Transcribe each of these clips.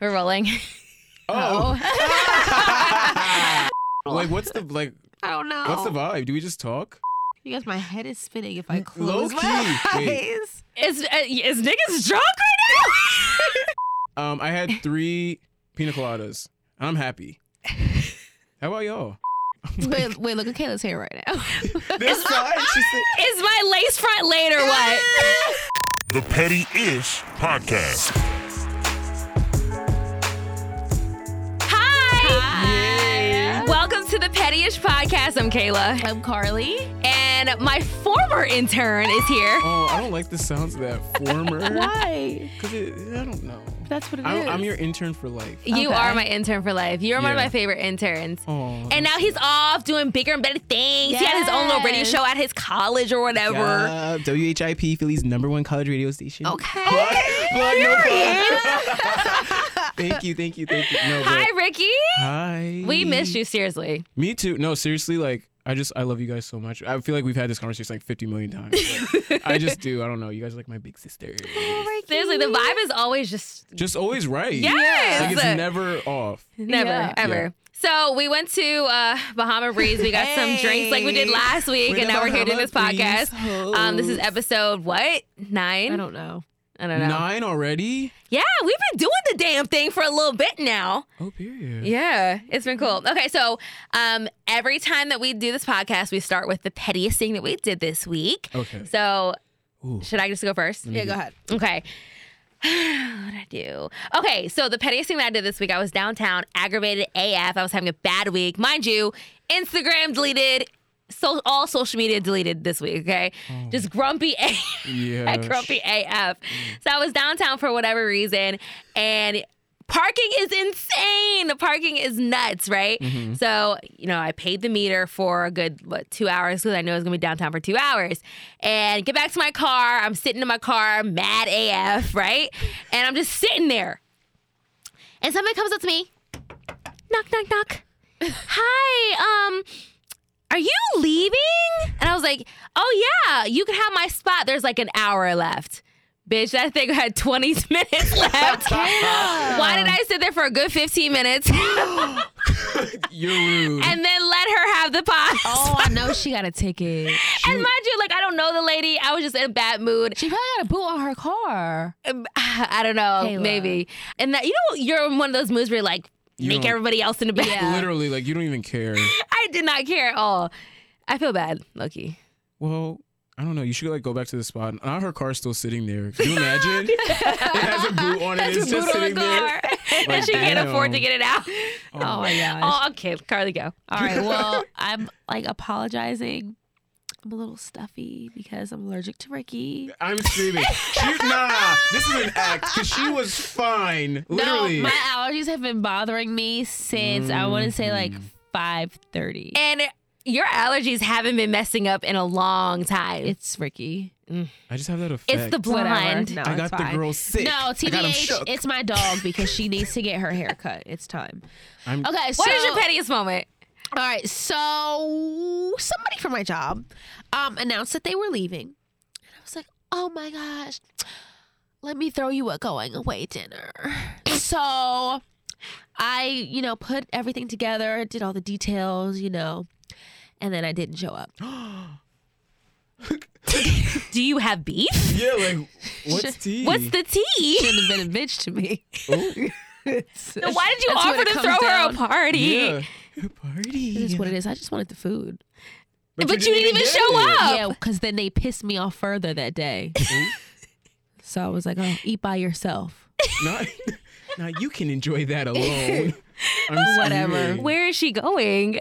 We're rolling. Oh. like what's the like I don't know. what's the vibe? Do we just talk? You guys, my head is spinning if I Low close key. my Wait. eyes. is, uh, is niggas drunk right Um I had 3 pina coladas. and I'm happy. How about y'all? Wait, wait, look at Kayla's hair right now. This side she said now? Is my lace front late or what? The Petty Ish Podcast. Hi. Welcome to the Pettyish Podcast. I'm Kayla. I'm Carly. And my former intern is here. Oh, I don't like the sounds of that former. Why? Cause it, I don't know. That's what it is. I'm, I'm your intern for life. You Okay. are my intern for life. You're one of Yeah. my favorite interns. Oh, And now he's off doing bigger and better things. He had his own little radio Yes. show at his college or whatever. WHIP Philly's number one college radio station. Okay. Thank you, thank you, thank you. No, but, Hi, Ricky. hi. We missed you, seriously. Me too. No, seriously, like I just I love you guys so much. I feel like we've had this conversation like 50 million times. Like, I just do. I don't know. You guys are like my big sister. Seriously, the vibe is always just Just always right. Yes. Like it's never off. never, Yeah. ever. So we went to uh, Bahama Breeze. We got some drinks like we did Hey. last week, We're and the now we're here doing Bahama this podcast. Breeze Um, this is episode what nine? I don't know. I don't know. Nine already? Yeah, we've been doing the damn thing for a little bit now. Oh, period. Yeah, it's been cool. Okay, so um, every time that we do this podcast, we start with the pettiest thing that we did this week. Okay. So Ooh. should I just go first? Yeah, go ahead. Okay. what I do? Okay, so the pettiest thing that I did this week, I was downtown, aggravated AF. I was having a bad week, mind you. Instagram deleted. So all social media deleted this week. Okay, just grumpy AF. Yeah. grumpy AF. So I was downtown for whatever reason, and parking is insane. The parking is nuts, right? So you know, I paid the meter for a good what two hours because I knew I was gonna be downtown for two hours, and get back to my car. I'm sitting in my car, mad AF, right? And I'm just sitting there, and somebody comes up to me, knock, knock, knock. Hi, um, are you leaving? And I was like, oh yeah, you can have my spot. There's like an hour left. Bitch, that thing had 20 minutes left. Why did I sit there for a good 15 minutes and You're rude. then let her have the pot? Oh, I know she got a ticket. and mind you, like, I don't know the lady. I was just in a bad mood. She probably got a boot on her car. Um, I don't know, Kayla. maybe. And that, you know, you're in one of those moods where you're like, You make don't- everybody else in the bad. Literally, like you don't even care. I did not care at all. I feel bad, Loki. Well, I don't know. You should like go back to the spot. Now her car's still sitting there. Can you imagine? it has a boot on it. That's it's a boot just on the sitting there. car. and Like, she can't damn. afford to get it out. Oh my gosh. Oh, okay. Carly, go. All right. Well, I'm like apologizing. I'm a little stuffy because I'm allergic to Ricky. I'm screaming. She, nah, nah, nah. this is an act because she was fine. Literally. No, my allergies have been bothering me since I want to say like Mm-hmm. 5:30. And your allergies haven't been messing up in a long time. It's, It's Ricky. I just have that effect. the blind. Whatever. No, I got it's the fine. girl sick. No, I got 'em TBH, shook. it's my dog because she needs to get her hair cut. It's time. I'm- okay, so What is your pettiest moment? All right, so somebody from my job um, announced that they were leaving, and I was like, "Oh my gosh, let me throw you a going away dinner." so I, you know, put everything together, did all the details, you know, and then I didn't show up. Do you have beef? Yeah, like what's tea? What's the tea? Shouldn't have been a bitch to me. Oh, So why did you That's what offer it to comes throw her down. a party? yeah. party? It is what it is. I just wanted the food. But you didn't even get show it. up. Oh. Yeah, because then they pissed me off further that day. so I was like, "Oh, eat by yourself." Not, now you can enjoy that alone. I'm Whatever. screaming. Where is she going?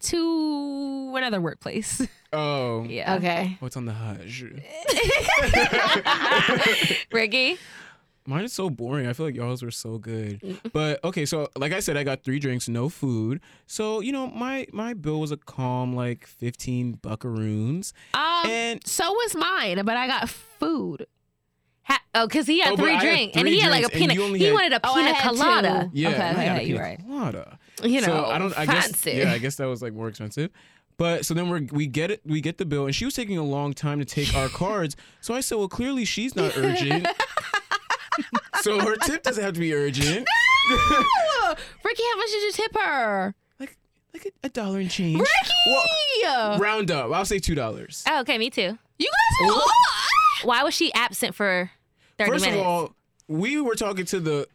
to another workplace. Oh. Yeah. Okay. What's on the hush? Ricky? Mine is so boring. I feel like y'all's were so good. But okay, so like I said, I got three drinks, no food. So you know, my my bill was a calm like fifteen buckaroons. Um, And- so was mine, but I got food. Ha- oh, because he had Oh, but three I had drinks. And three he had like a drinks, and pina. you only He had- wanted a Oh, I pina had colada. two. Yeah, Okay, and I okay, got a you're pina right. colada. You know, so I don't. I guess. fancy. Yeah, I guess that was like more expensive. But so then we we get it. We get the bill, and she was taking a long time to take our cards. So I said, well, clearly she's not urgent. so her tip doesn't have to be urgent. Ricky, how much did you tip her? like like a, a dollar and change. Ricky! Well, round up. I'll say two dollars. Oh, okay, me too. you guys What? Why was she absent for 30 First minutes? of all, we were talking to the.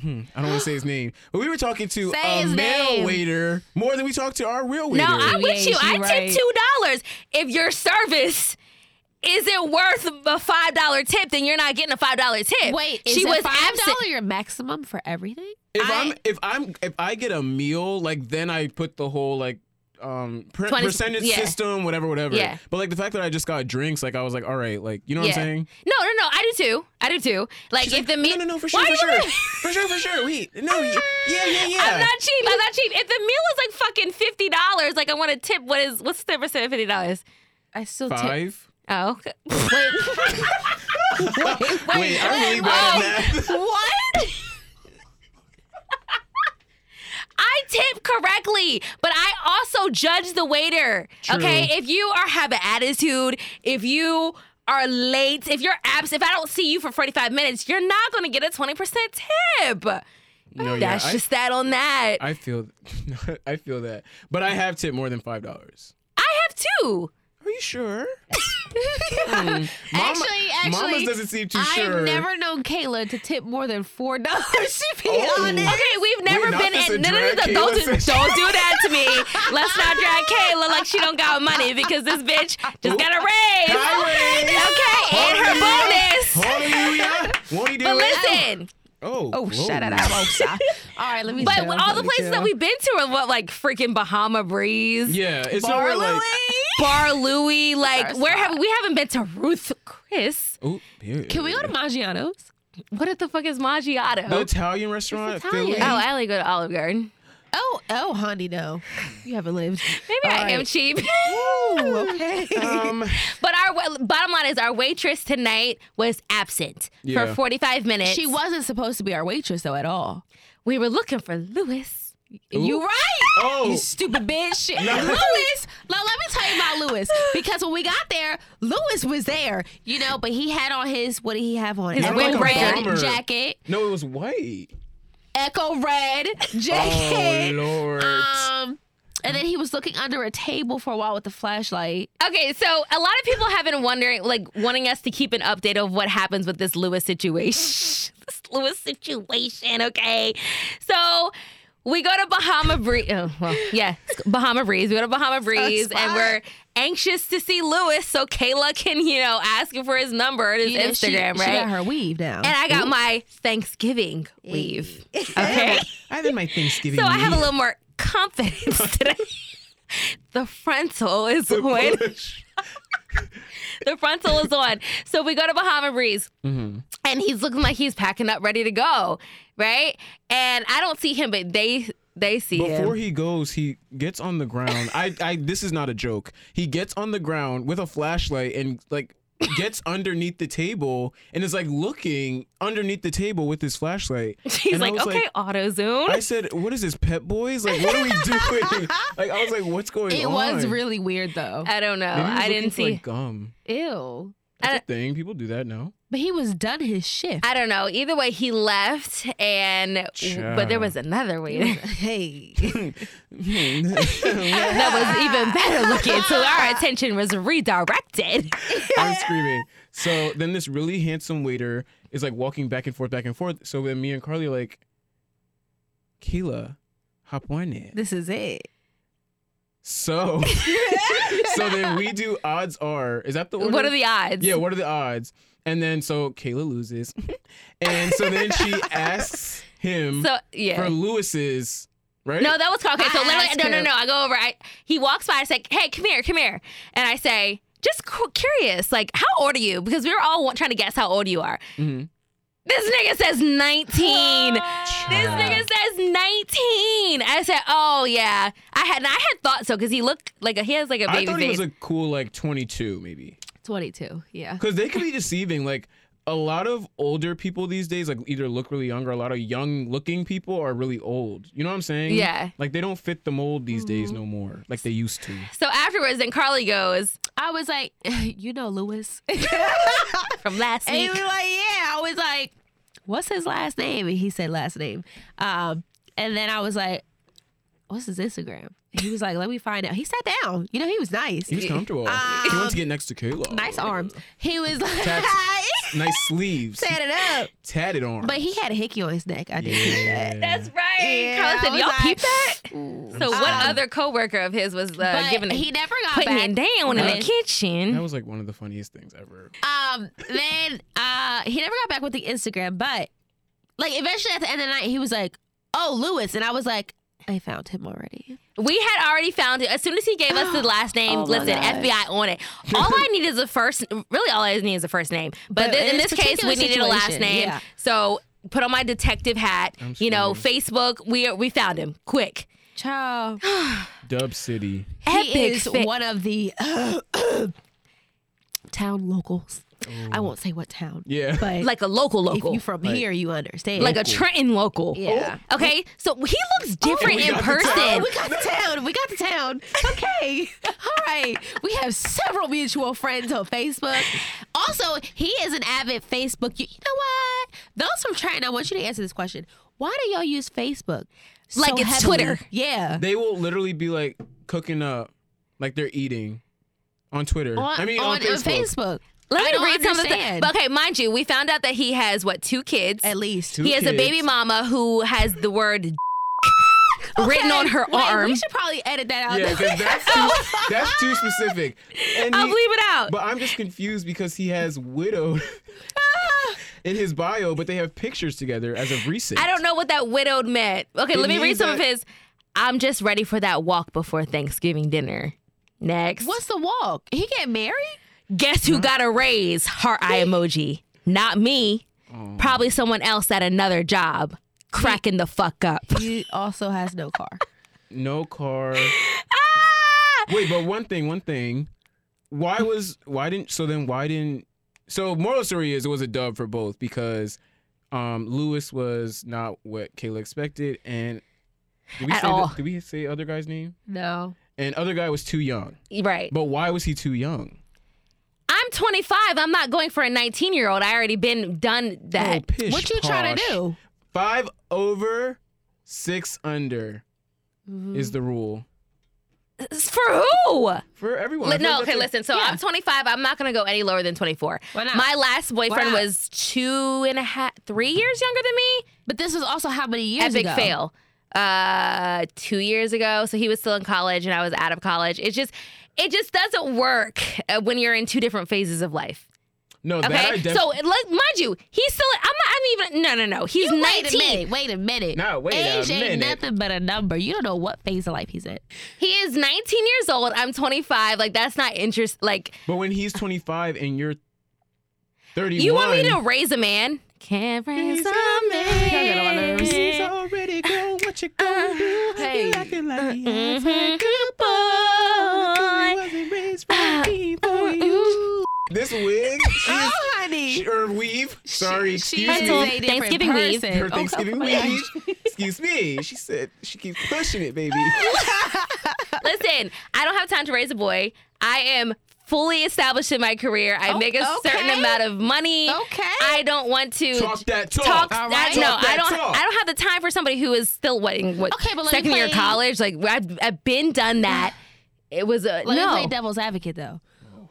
Hmm, I don't want to say his name, but we were talking to Say a his male name. waiter more than we talked to our real waiter. no, I'm Yeah, with you. she I right. tipped $2. If your service isn't worth a $5 tip, then you're not getting a $5 tip. Wait, is she was five absent. dollar your maximum for everything? if I- I'm if I'm if I get a meal, like then I put the whole like um per- 20 percentage yeah. system, whatever, whatever. Yeah. But like the fact that I just got drinks, like I was like, all right, like you know what Yeah. I'm saying? No, no, no. I do too. I do too. Like She's if like, the meal, no, no, no, for sure, Why for you sure, laughing? for sure, for sure. Wait, no, y- yeah, yeah, yeah. I'm not cheap. I'm not cheap. If the meal is like fucking fifty dollars, like I want to tip. What is what's the percent of fifty dollars? I still tip. Five. Oh, okay. Wait, I'm really Oh. bad at math. what? I tip correctly, but I also judge the waiter. Okay, True. if you are have an attitude, if you are late, if you're absent, if I don't see you for forty five minutes, you're not gonna get a twenty percent tip. No, Oh, yeah, That's I- just that on that. I, I feel, I feel that, but I have tipped more than five dollars. have two. Are you sure? Mama- Actually, actually, Mama's doesn't seem too I've sure. never known Kayla to tip more than four dollars. To be Oh. honest, Okay, we've never not been this a in. No, no, no, drag, no, Kayla don't, do, session. don't do that to me. Let's not drag Kayla like she don't got money because this bitch just got a raise. Hi, Ray. Okay, and her bonus. Hallelujah. Won't he do But it? listen, Oh, Oh, shut it glory. up, Osa. All right, let me. but shut up. all the places that we've been to are what, like freaking Bahama Breeze, Yeah, it's Bar nowhere like. Bar Louie. Like, Our where spot. have we haven't been to Ruth Chris? Oh, here. Can we go to Maggiano's? What the fuck is Maggiano? the Italian restaurant? It's Italian. oh, I only go to Olive Garden. Oh, oh, honey, no, you haven't lived. Maybe I am cheap. Ooh, okay. Philly? Um, But our bottom line is our waitress tonight was absent Yeah. for 45 minutes. she wasn't supposed to be our waitress though at all. We were looking for Lewis. You right. oh, You stupid bitch. Lewis. Now let me tell you about Lewis because when we got there, Lewis was there, you know, but he had on his what did he have on? His Echo windbreaker. red Bomber. jacket. no, it was white. Echo red Oh, jacket. Lord. Uh, um, and then he was looking under a table for a while with a flashlight. Okay, so a lot of people have been wondering, like, wanting us to keep an update of what happens with this Lewis situation. this Lewis situation, okay? So we go to Bahama Breeze. Oh, well, yeah, it's Bahama Breeze. We go to Bahama Breeze, and we're anxious to see Lewis so Kayla can, you know, ask him for his number and his You know, she- Instagram, she right? got her weave now. and I got my Thanksgiving leave. Okay. I had my Thanksgiving. So I have a meal. little more confidence today. the frontal is on. The frontal is on. So we go to Bahama Breeze. Mm-hmm. And he's looking like he's packing up, ready to go, right? And I don't see him, but they they see Before him. he goes, he gets on the ground. I, I, this is not a joke. He gets on the ground with a flashlight and like gets underneath the table and is like looking underneath the table with his flashlight. He's And I like, was okay, AutoZone. I said, "What is this, Pet Boys? Like, what are we doing?" like, I was like, "What's going it on?" was really weird though. I, don't know. Maybe he was I looking didn't for, see. like, gum. Ew. That's a thing. People do that now. But he was done his shift. I don't know. Either way, he left, and but there Child. was another waiter. hey. I'm that was even better looking. So our attention was redirected. screaming. So then this really handsome waiter is like walking back and forth, back and forth. So then me and Carly are like, Kayla, hop on it. This is it. So, so then we do odds are. Is that the order? What are the odds? Yeah, what are the odds? And then so Kayla loses, and so then she asks him So yeah. for Lewis's right. No, that was called. Okay, so I literally, asked no, no, him. no. I go over. I he walks by. I say, "Hey, come here, come here," and I say, "Just cu- curious, like how old are you?" Because we were all wa- trying to guess how old you are. Mhm. This nigga says nineteen. This Child. nigga says nineteen. I said, "Oh yeah." I had and I had thought so because he looked like a, he has like a I baby thought he was face. a cool like 22 maybe, 22. Yeah. because they could be deceiving. Like a lot of older people these days, like either look really young or a lot of young looking people are really old. You know what I'm saying? Yeah. Like they don't fit the mold these days Mm-hmm. no more, like they used to. so afterwards, then Carly goes I was like, you know, Lewis. and from last he week. was like, yeah. I was like, what's his last name? And he said last name. Um, and then I was like, what's his Instagram? And he was like, let me find out. He sat down. You know, he was nice. He's comfortable. he wants to get next to Kayla. um, Nice arms. He was like, Tats- Nice sleeves. set it up. Tatted arms. But he had a hickey on his neck. I did see Yeah. that. That's right. Yeah, Carla I said, was y'all like, peep that? Ooh. So what Um, other coworker of his was uh, but giving he never got putting back. it down in the with- that kitchen? was like one of the funniest things ever. Um, then uh, he never got back with the Instagram, but like eventually at the end of the night, he was like, "Oh, Lewis," and I was like, "I found him already." We had already found it. As soon as he gave us the last name, Oh my listen, gosh. FBI on it. All I need is a first. Really, all I need is a first name. But, But th- in in this this case, we particular needed a last situation, name. yeah. So put on my detective hat. I'm you know, Facebook. We we found him quick. Child, Dub City. Epic he is fit. one of the town locals. I won't say what town. Yeah. but like a local if local, you from here, you understand. like a Trenton local. Oh, Yeah. Okay, so he looks different Oh, we in got the person. Oh, we got the town. We got the town. Okay. All right. We have several mutual friends on Facebook. Also, he is an avid Facebook. You, you know what? Those from Trenton, I want you to answer this question. Why do y'all use Facebook? so Like it's heavily? Twitter. Yeah. They will literally be like cooking up, like they're eating on Twitter. On, I mean, on, on, on Facebook. Facebook. Let I me don't read some of the understand. stuff. But okay, mind you, we found out that he has what two kids. At least. Two he has a baby kids. mama who has the word written Okay. on her Wait, arm. We should probably edit that out. Yeah, 'cause that's too, that's too specific. And I'll he- leave it out. But I'm just confused because he has widowed in his bio, but they have pictures together as of recent. I don't know what that widowed meant. Okay, It let me read means some of that- his. I'm just ready for that walk before Thanksgiving dinner. Next. What's the walk? He get married? Guess who got a raise? Heart eye emoji. Not me. Oh. Probably someone else at another job. Cracking the fuck up. He also has no car. No car. Ah! Wait, but one thing, one thing. Why was why didn't so then why didn't so moral story is it was a dub for both because um Lewis was not what Kayla expected and did we At say all. did we say other guy's name? No. And other guy was too young. Right. But why was he too young? I'm 25. I'm not going for a 19 year old. I already been done that. Oh, pish What you trying to posh. do? Five over, six under is the rule For who? for everyone. I Li- feel no, like okay, that's a- listen. So I'm 25. I'm not gonna go any lower than 24. Why not? My last boyfriend Why not? was two and a half, three years younger than me. But this was also how many years Epic ago? fail. Uh, two years ago. So he was still in college and I was out of college. It's just, it just doesn't work uh, when you're in two different phases of life. No, that I Okay. def- so let, mind you, he's still. I'm not. I'm even. No, no, no. He's You 19. Wait a minute. Wait a minute. No, wait a Age ain't minute. nothing but a number. You don't know what phase of life he's in. He is 19 years old. I'm 25. Like that's not interest. Like But when he's 25 and you're 31, you want me to raise a man? Can't raise a man. He's already grown. What you gonna do? Uh, Hey. You acting like he Mhm. has a good boy. 'Cause he wasn't raised Uh, by me for you. This wig, Oh, she's, honey. she, or weave. Sorry, excuse she's me. a different Thanksgiving weave. person. her Thanksgiving weave. Excuse me. She said she keeps pushing it, baby. Listen, I don't have time to raise a boy. I am fully established in my career. I Oh, make a certain okay. amount of money. Okay. I don't want to Talk that talk. talk All that. right. No, Talk I that don't. talk. I don't have the time for somebody who is still what, in what Okay, but let me second year play- college. Like I've, I've been done that. It was a Let no. me play devil's advocate though.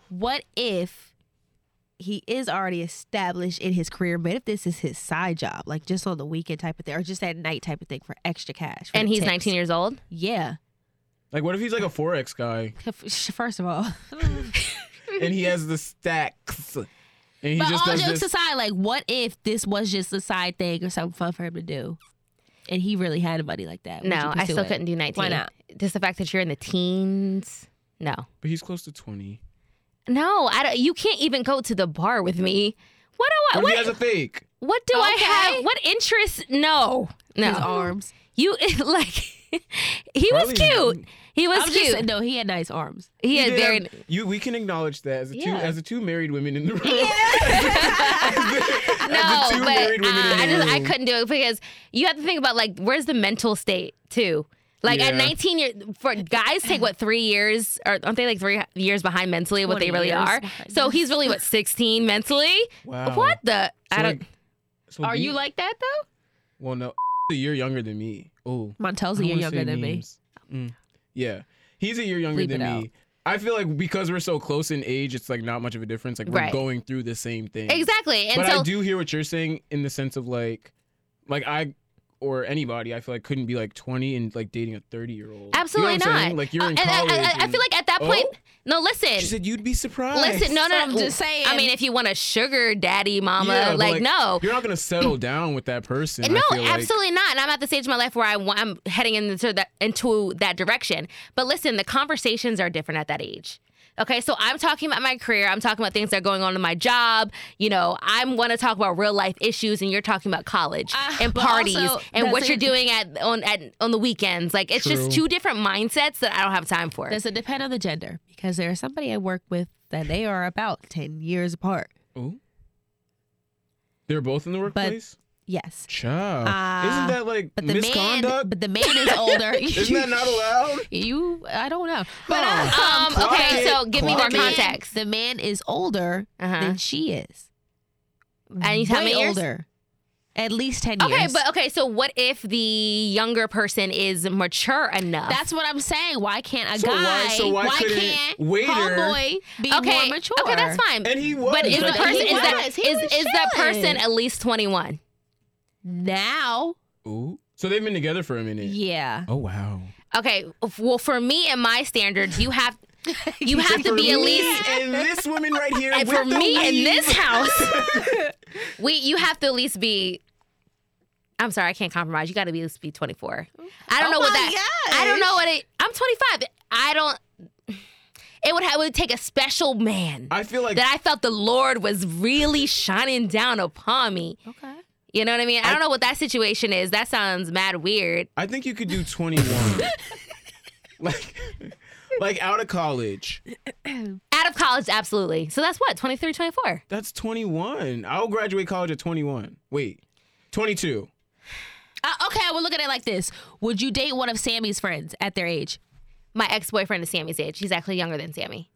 What if he is already established in his career, but if this is his side job, like just on the weekend type of thing, or just at night type of thing for extra cash, for and the he's tips. 19 years old. Yeah. Like, what if he's like a forex guy First of all, and he has the stacks, and he but just all does jokes this? aside, like, what if this was just a side thing or something fun for him to do, and he really had money like that? Would you No, I pursue still it? couldn't do 19. Why not? Just the fact that you're in the teens. No. but he's close to 20. No, I don't, you can't even go to the bar with me. What do I What, if he Uh, what, has a fake? what do I Okay. have? What interest? No. No. His arms. You like he was Carly's- cute. He was I'm just cute. saying, no, he had nice arms. he You had did very have- you. We can acknowledge that as the two Yeah. as the two married women in the room. As the- as the no, two but married women in uh, the I just I room. couldn't do it because you have to think about like where's the mental state too. Like at Yeah. 19 years, for guys take what three years or aren't they like three years behind mentally what they 20 really years are? behind So us. he's really what 16 mentally. Wow. What the? So, I don't. like, So Are you we- like that though? Well, no, a year younger than me. Oh, Montel's I a don't year wanna say younger than me. names. Mm. Yeah, he's a year younger Leave than it me. I feel like because we're so close in age, it's like not much of a difference. Like we're Right. going through the same thing. Exactly. And But so I do hear what you're saying in the sense of like, like I or anybody, I feel like couldn't be like 20 and like dating a 30 year old. absolutely you know what I'm not. Saying? Like you're Uh, in and I- college. I, I, I and- feel like at that point, Oh? no, listen. she said you'd be surprised. Listen, no, no, So I'm no. just saying- I mean, if you want a sugar daddy, mama, Yeah, but, like, no. You're not gonna settle down with that person. I No, feel like. absolutely not. And I'm at the stage of my life where I want, I'm heading into that into that direction. But listen, the conversations are different at that age. Okay, so I'm talking about my career. I'm talking about things that are going on in my job. You know, I'm want to talk about real life issues, and you're talking about college Ah, and but parties also, and that's what a- you're doing at on at on the weekends. Like it's True. just two different mindsets that I don't have time for. Does it depend on the gender? Because there is somebody I work with that they are about ten years apart. Ooh. Oh. They're both in the workplace. Yes, Child, Uh, Ah, isn't that like but the man, misconduct? but the man is older. Isn't that not allowed? You, I don't know. But um, Clock okay, it, so give me more clock the man- context. The man is older Uh-huh. than she is. And he's how Way many years? older. At least ten years. Okay, but okay, so what if the younger person is mature enough? that's what I'm saying. Why can't a So why- guy? so why couldn't can't waiter- homeboy be okay, more mature? okay, that's fine. And he was. But is the like, he person is was. that is He was is that chilling. person at least twenty one? Now, Ooh. So they've been together for a minute. yeah. Oh wow. Okay, f- well for me and my standards, you have you have to be at least and this woman right here. and with for the me in weave. this house, we you have to at least be. I'm sorry, I can't compromise. You got to be at least be 24. I don't Oh know what my that. I don't gosh. know what it. I'm 25. I don't. It would have it would take a special man I feel like that I felt the Lord was really shining down upon me. Okay. You know what I mean? I, I- don't know what that situation is. That sounds mad weird. I think you could do 21. like like out of college. Out of college, absolutely. So that's what 23, 24. That's 21. I'll graduate college at 21. Wait. 22. Uh, okay, I will look at it like this. Would you date one of Sammy's friends at their age? My ex boyfriend is Sammy's age. He's actually younger than Sammy.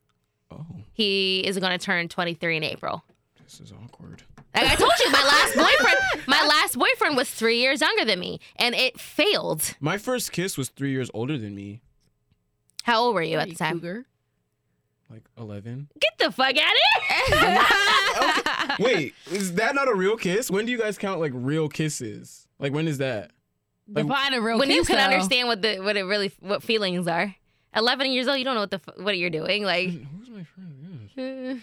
Oh, He is going to turn 23 in April. this is awkward. Like I told you, my last boyfriend, my last boyfriend was three years younger than me, and it failed. My first kiss was 3 years older than me, How old were you at the time? Cougar. like 11. Get the fuck out of here! Wait, is that not a real kiss? When do you guys count like real kisses? Like when is that? Like, Define a real when you kiss, can though. understand what the what it really what feelings are. Eleven years old, you don't know what the f- what you're doing. Like, Who's my friend?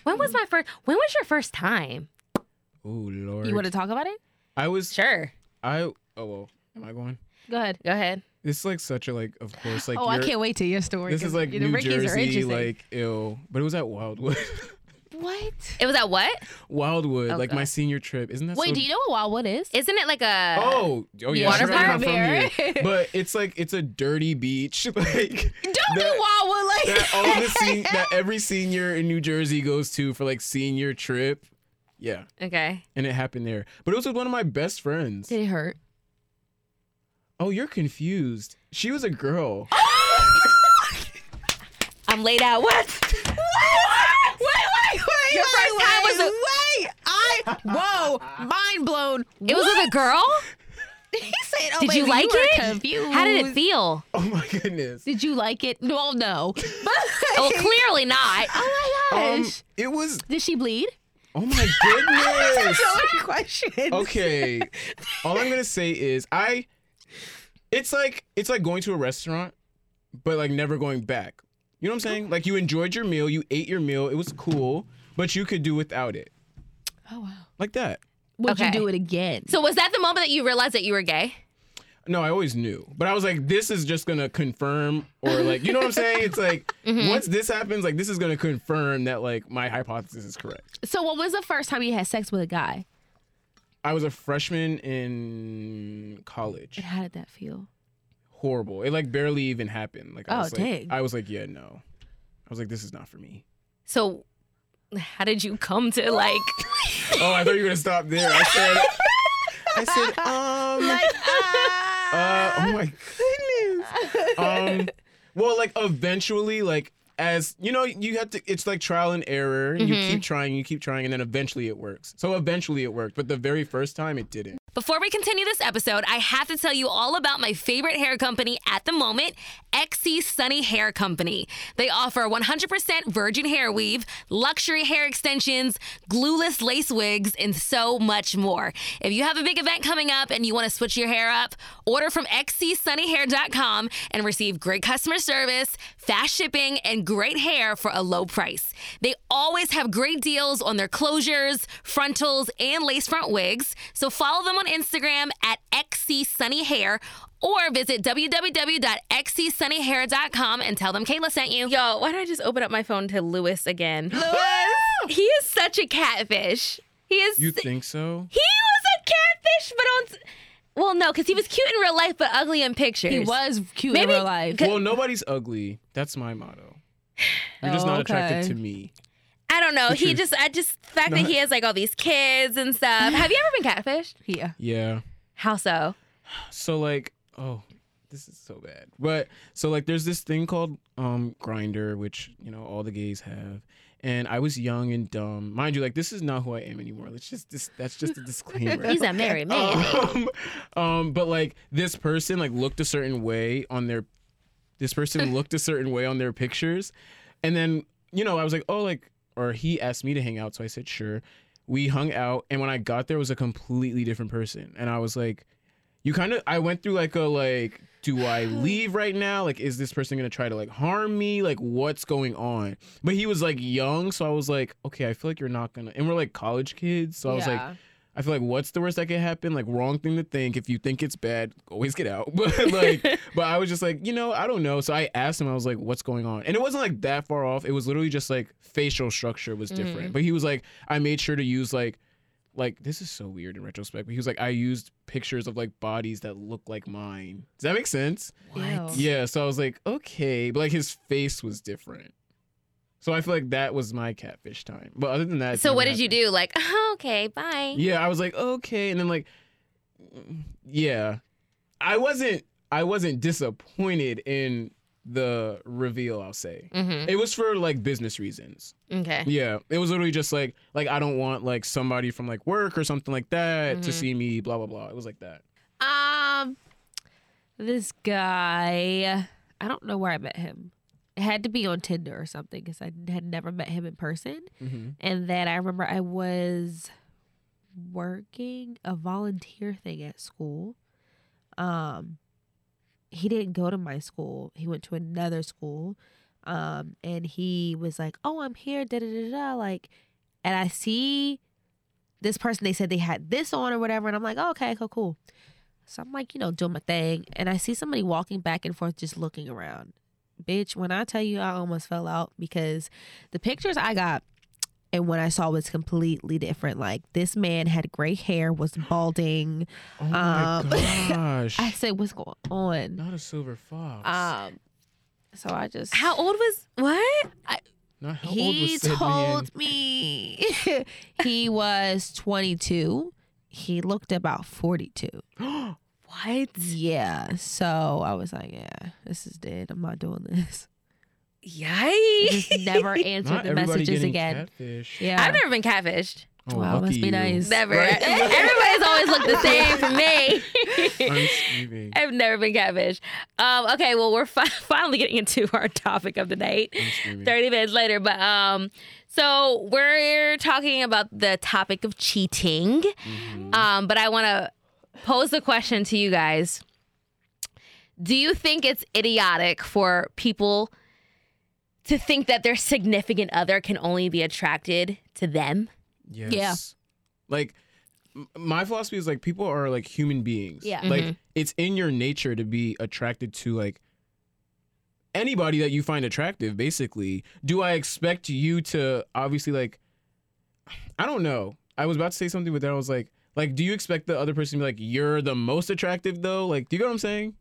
when was my first? When was your first time? Oh lord. You want to talk about it? I was Sure, I oh well. Am I going? Go ahead. go ahead. This is like such a like of course like oh, I you're- can't wait to your story. This 'cause, is like you know, New Rickies are Jersey, interesting. like ill, but it was at Wildwood. what? It was at what? Wildwood, like my God. senior trip. Isn't that Oh, Wait, so- do you know what Wildwood is? Isn't it like a? Oh, oh yeah, Water she's like, park? "I'm not from Beer. here. but it's like it's a dirty beach, like Don't that- do Wildwood like that all the sen- that every senior in New Jersey goes to for like senior trip. Yeah, Okay. and it happened there, but it was with one of my best friends. Did it hurt? Oh, you're confused. She was a girl. I'm laid out. What? Wait, wait, wait. Your first wait, time wait, was a- wait. I whoa, mind blown. It was with a girl. He said, oh, Did you baby, like were it? Confused. How did it feel? Oh my goodness. Did you like it? Well, no. But Oh, clearly not. oh my Um, gosh. it was. did she bleed? Oh my goodness. many questions. okay all i'm gonna say is i it's like it's like going to a restaurant but like never going back you know what i'm saying like you enjoyed your meal you ate your meal it was cool but you could do without it Oh wow. like that Would you Okay. do it again? So was that the moment that you realized that you were gay? no i always knew but i was like this is just gonna confirm or like you know what i'm saying it's like Mm-hmm. once this happens like this is gonna confirm that like my hypothesis is correct So when was the first time you had sex with a guy? i was a freshman in college And how did that feel? horrible. It like barely even happened. Like I Oh, was like, dang. I was like, yeah, no. I was like, this is not for me. So how did you come to like? oh, I thought you were gonna stop there. I said, I said, um, uh, oh my goodness. Um, well, like eventually, like as you know, you have to. It's like trial and error. You Mm-hmm. keep trying, you keep trying, and then eventually it works. So eventually it worked, but the very first time it didn't. Before we continue this episode, I have to tell you all about my favorite hair company at the moment, XC Sunny Hair Company. They offer 100% virgin hair weave, luxury hair extensions, glueless lace wigs, and so much more. If you have a big event coming up and you want to switch your hair up, order from xcsunnyhair.com and receive great customer service, fast shipping, and great hair for a low price. They always have great deals on their closures, frontals, and lace front wigs. So follow them on Instagram at xcsunnyhair or visit www.xcsunnyhair.com and tell them Kayla sent you. Yo, why don't I just open up my phone to Lewis again? Lewis! he is such a catfish. He is You think so? he was a catfish, but on. Well, no, because he was cute in real life, but ugly in pictures. He was cute Maybe- in real life. Well, nobody's ugly. That's my motto. You're just Oh, not okay. attracted to me. I don't know. He truth. just, I just, the fact that he has like all these kids and stuff. Have you ever been catfished? Yeah. Yeah. How so? So like, oh, this is so bad. But so like, there's this thing called um grinder, which you know all the gays have. And I was young and dumb, mind you. Like this is not who I am anymore. Let's just this. That's just a disclaimer. He's a married man. um, um, but like this person like looked a certain way on their this person looked a certain way on their pictures and then you know i was like oh like or he asked me to hang out so i said sure we hung out and when i got there it was a completely different person and i was like you kind of i went through like a like do i leave right now like is this person gonna try to like harm me like what's going on but he was like young so i was like okay i feel like you're not gonna and we're like college kids so i was like Yeah. I feel like what's the worst that could happen? Like wrong thing to think. If you think it's bad, always get out. But like, but I was just like, you know, I don't know. So I asked him. I was like, what's going on? And it wasn't like that far off. It was literally just like facial structure was different. Mm-hmm. But he was like, I made sure to use like, like this is so weird in retrospect. But he was like, I used pictures of like bodies that look like mine. Does that make sense? Oh. What? Yeah. So I was like, okay, but like his face was different. So I feel like that was my catfish time. But other than that, it's So never what did you happened. do? Like, oh, okay, bye. Yeah, I was like, okay, and then like, mm, yeah, I wasn't, I wasn't disappointed in the reveal. I'll say Mm-hmm. it was for like business reasons. Okay. Yeah, it was literally just like, like I don't want like somebody from like work or something like that Mm-hmm. to Mhm. see me. Blah blah blah. It was like that. Um, this guy, I don't know where I met him. It had to be on Tinder or something because I had never met him in person. And then I remember I was working a volunteer thing at school. Um, he didn't go to my school. He went to another school. Um, and he was like, "Oh, I'm here." Da da da da. Like, and I see this person. They said they had this on or whatever, and I'm like, oh, "Okay, cool, cool." So I'm like, you know, doing my thing, and I see somebody walking back and forth, just looking around. Bitch, when I tell you, I almost fell out because the pictures I got and what I saw was completely different. Like this man had gray hair, was balding. Oh my Um, gosh, I said, "What's going on?" not a silver fox. Um, so I just How old was what? not how old he was said man? told me he was 22. He looked about 42. What? Yeah, so I was like, yeah, this is dead. I'm not doing this. I Yikes. just never answered Not the everybody messages getting again. catfish. Yeah, I've never been catfished. Oh, Wow, lucky must be you. nice. Never. Right? Everybody's always looked the same for me. I'm screaming. I've never been catfish. Um, okay, well, we're fi- finally getting into our topic of the night. I'm screaming. 30 minutes later, but um, so we're talking about the topic of cheating. Mhm. Um, but I want to pose the question to you guys. Do you think it's idiotic for people to think that their significant other can only be attracted to them? Yes. Like m- my philosophy is like people are like human beings. Yeah. Like Mhm. it's in your nature to be attracted to like anybody that you find attractive basically. Do I expect you to obviously like I don't know. I was about to say something but then I was like like do you expect the other person to be like you're the most attractive though? Like do you get what I'm saying?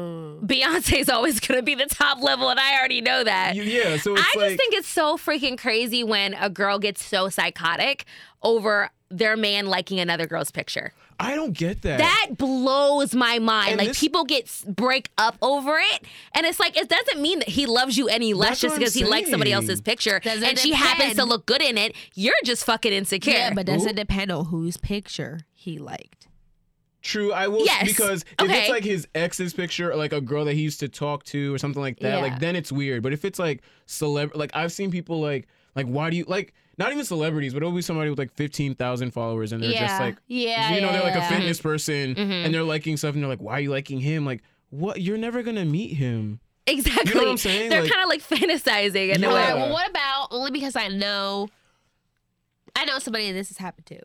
Beyonce's always going to be the top level, and I already know that. You- yeah, so I it's just like think it's so freaking crazy when a girl gets so psychotic over their man liking another girl's picture. I don't get that. That blows my mind. And like this- people get s- break up over it, and it's like it doesn't mean that he loves you any less That's just what because I'm he likes somebody saying. else's picture Doesn't and she happens to depend. look good in it. You're just fucking insecure. Yeah, but does Ooh. it depend on whose picture he liked? True, I will Yes. because if Okay. it's like his ex's picture, or like a girl that he used to talk to, or something like that, Yeah. like then it's weird. But if it's like celebrity, like I've seen people like like why do you like not even celebrities, but it'll be somebody with like fifteen thousand followers, and they're just like yeah, you know they're like yeah. Mm-hmm. a fitness person, and they're liking stuff, and they're like why are you liking him? Like what? You're never gonna meet him. exactly. what I'm saying? They're Like- kind of like fantasizing in Yeah. a All right. way. Yeah. Well, what about only because I know, I know somebody this has happened to.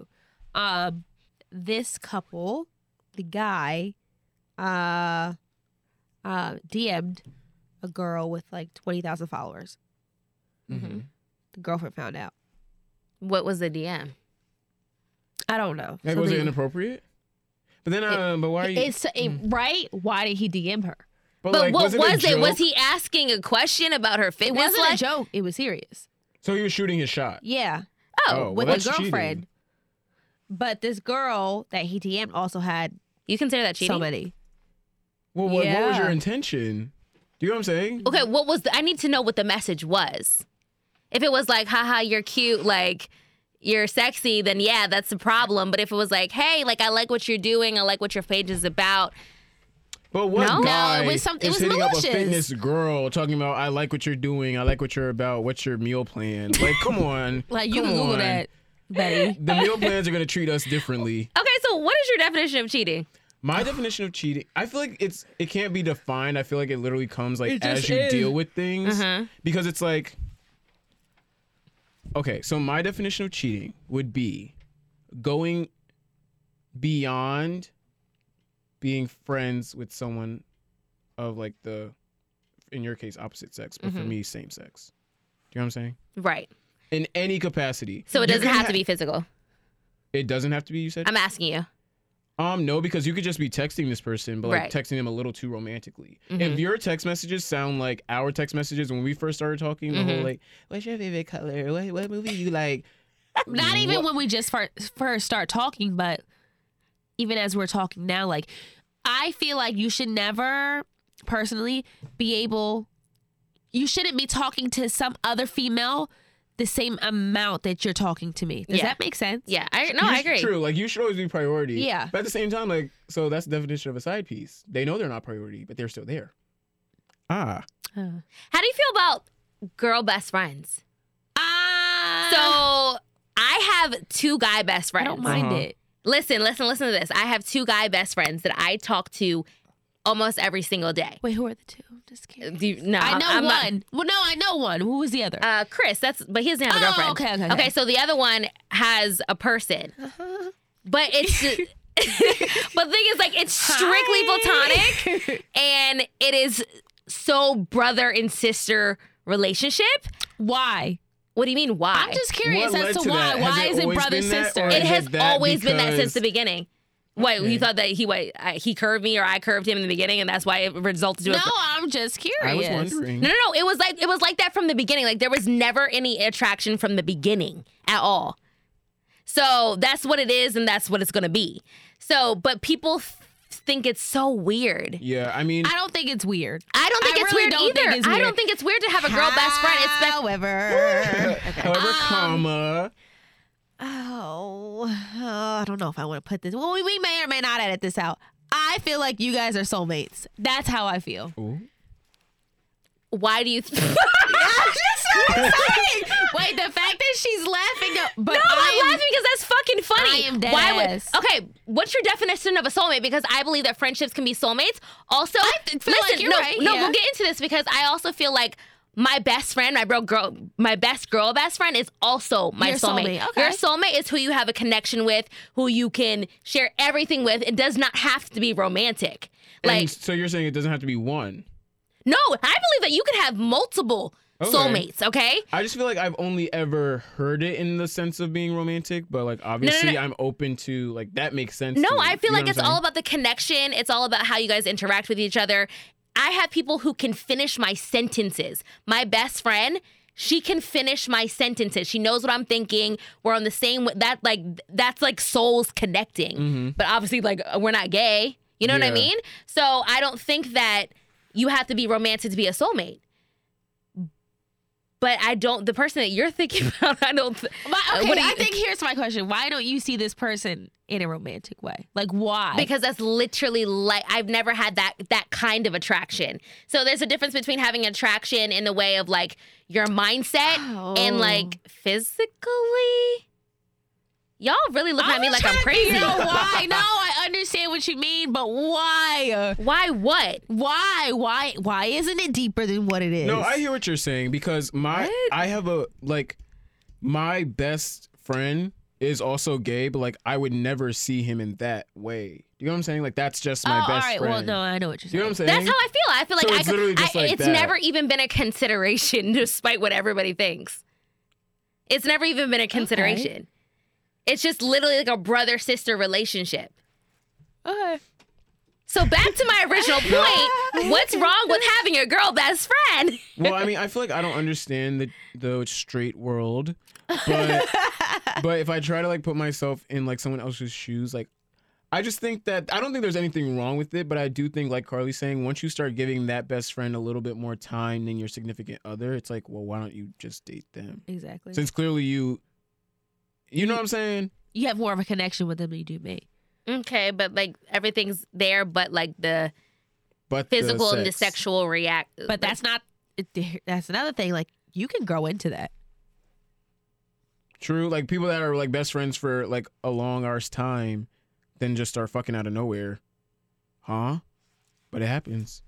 Um, this couple, the guy, uh, uh, DM'd a girl with like twenty thousand followers. Mm-hmm. Mhm. Mm-hmm. The girlfriend found out. What was the DM? I don't know. Like was it Something- inappropriate? But then, um, but why? Mm. Are you, It's it, right. Why did he DM her? But like, what was, a it? Was joke? he asking a question about her It fitness? wasn't like, a joke. It was serious. So he was shooting his shot. Yeah. Oh, Oh, with well, a that's cheating. girlfriend. But this girl that he DM'd also had you consider that cheating? so many. Well, what, what was Yeah. your intention? Do you know what I'm saying? Okay, what was the, I need to know what the message was. If it was like, haha, you're cute, like you're sexy, then yeah, that's the problem. But if it was like, hey, like I like what you're doing, I like what your page is about. But what No? No, it guy was something- it is was hitting up a malicious. fitness girl talking about I like what you're doing, I like what you're about, what's your meal plan? Like, come on, Like you come can Google on. that, Betty. The meal plans are gonna treat us differently. Okay, so what is your definition of cheating? My definition of cheating, I feel like it's it can't be defined. I feel like it literally comes like It just as you is. deal with things Uh-huh. because it's like okay. So my definition of cheating would be going beyond being friends with someone of like the in your case opposite sex, but Mm-hmm. for me same sex. Do you know what I'm saying? Right. In any capacity. So it You doesn't can have ha- to be physical. It doesn't have to be. You said I'm asking you. um, no, because you could just be texting this person, but like Right. Mm-hmm. texting them a little too romantically. If your text messages sound like our text messages when we first started talking, the Mm-hmm. whole like, "What's your favorite color? What, what movie you like?" Not even when we just first, first start talking, but even as we're talking now, like I feel like you should never personally be able you shouldn't be talking to some other female the same amount that you're talking to me. Does Yeah. that make sense? Yeah. I no, You I sh- agree. True, like you should always be priority. Yeah. but at the same time, like so that's the definition of a side piece. They know they're not priority, but they're still there. Ah, Uh, How do you feel about girl best friends? So I have two guy best Uh. I friends. don't mind Uh-huh. it. Listen, listen, listen to this. I have two guy best friends that I talk to almost every single day. Wait, who are the two? I'm just kidding. Do you- no, I know Uh, I'm not- one. well, no, I know one. Who was the other? Uh, Chris, that's but he doesn't have a Oh, girlfriend. okay, okay, Uh-huh. okay. so the other one has a person, but it's but the thing is like it's strictly platonic, and it is so brother and sister relationship. Why? What do you mean? Why? I'm just curious What as led to to why. that? Has Why it is it always brother been that, sister? or it is has that always been that since because- the beginning. Wait, you Okay. thought that he what uh, he curved me or I curved him in the beginning, and that's why it resulted to no, a I'm just curious. I was wondering. No, no, no. It was like it was like that from the beginning. Like there was never any attraction from the beginning at all. So that's what it is, and that's what it's gonna be. So, but people th- think it's so weird. Yeah, I mean, I don't think it's weird. I don't think I it's really weird don't think either. it's I don't weird. think it's weird to have a girl best friend. It's However, however, comma. oh, oh, I don't know if I want to put this. Well, we, we may or may not edit this out. I feel like you guys are soulmates. That's how I feel. Ooh. why do you? Th- Wait, the fact that she's laughing, uh, but No, I'm I am- laughing because that's fucking funny. I am dead Why would? ass. Okay, what's your definition of a soulmate? Because I believe that friendships can be soulmates. Also, I th- feel like listen, you're no, right, no, yeah. we'll get into this because I also feel like my best friend, my bro girl, my best girl best friend is also my Your soulmate. soulmate, okay. Your soulmate is who you have a connection with, who you can share everything with. It does not have to be romantic. Like and so you're saying it doesn't have to be one. no, I believe that you can have multiple Okay. soulmates. Okay. I just feel like I've only ever heard it in the sense of being romantic, but like obviously no. I'm open to like that makes sense. No, to me. I feel You know like what it's I'm all about the connection. It's all about how you guys interact with each other. I have people who can finish my sentences. My best friend, she can finish my sentences. She knows what I'm thinking. We're on the same that like that's like souls connecting. But obviously like we're not gay. You know what I Mm-hmm. Yeah. mean? So I don't think that you have to be romantic to be a soulmate. But I don't the person that you're thinking about, I don't th- My, Uh, okay, what do I you- think here's my question: Why don't you see this person in a romantic way? Like, why? because that's literally like I've never had that that kind of attraction. So there's a difference between having attraction in the way of like your mindset and Oh. like physically. Y'all really looking I'm at me just like I'm trying to crazy. figure out why? No, I understand what you mean, but why? Why what? Why? Why? Why isn't it deeper than what it is? No, I hear what you're saying because my What? I have a like my best friend is also gay, but like I would never see him in that way. You know what I'm saying? Like that's just my oh, best all right. friend. Well, no, I know what you're You know what saying. I'm saying? That's how I feel. I feel like So I it's could, literally just I, like it's that. never even been a consideration despite what everybody thinks. It's never even been a consideration. It's just literally like a brother sister relationship. Okay. So back to my original point, what's wrong with having your girl best friend? well, I mean, I feel like I don't understand the the straight world, but but if I try to like put myself in like someone else's shoes, like I just think that I don't think there's anything wrong with it, but I do think like Carly's saying, once you start giving that best friend a little bit more time than your significant other, it's like, well, why don't you just date them? Exactly. Since clearly you, you know what I'm saying? you have more of a connection with them than you do me. Okay, but like everything's there, but like the But the physical and the sex. sexual react. But that's not. it- That's another thing. Like you can grow into that. True, like people that are like best friends for like a long hour's time, then just start fucking out of nowhere, huh? But it happens,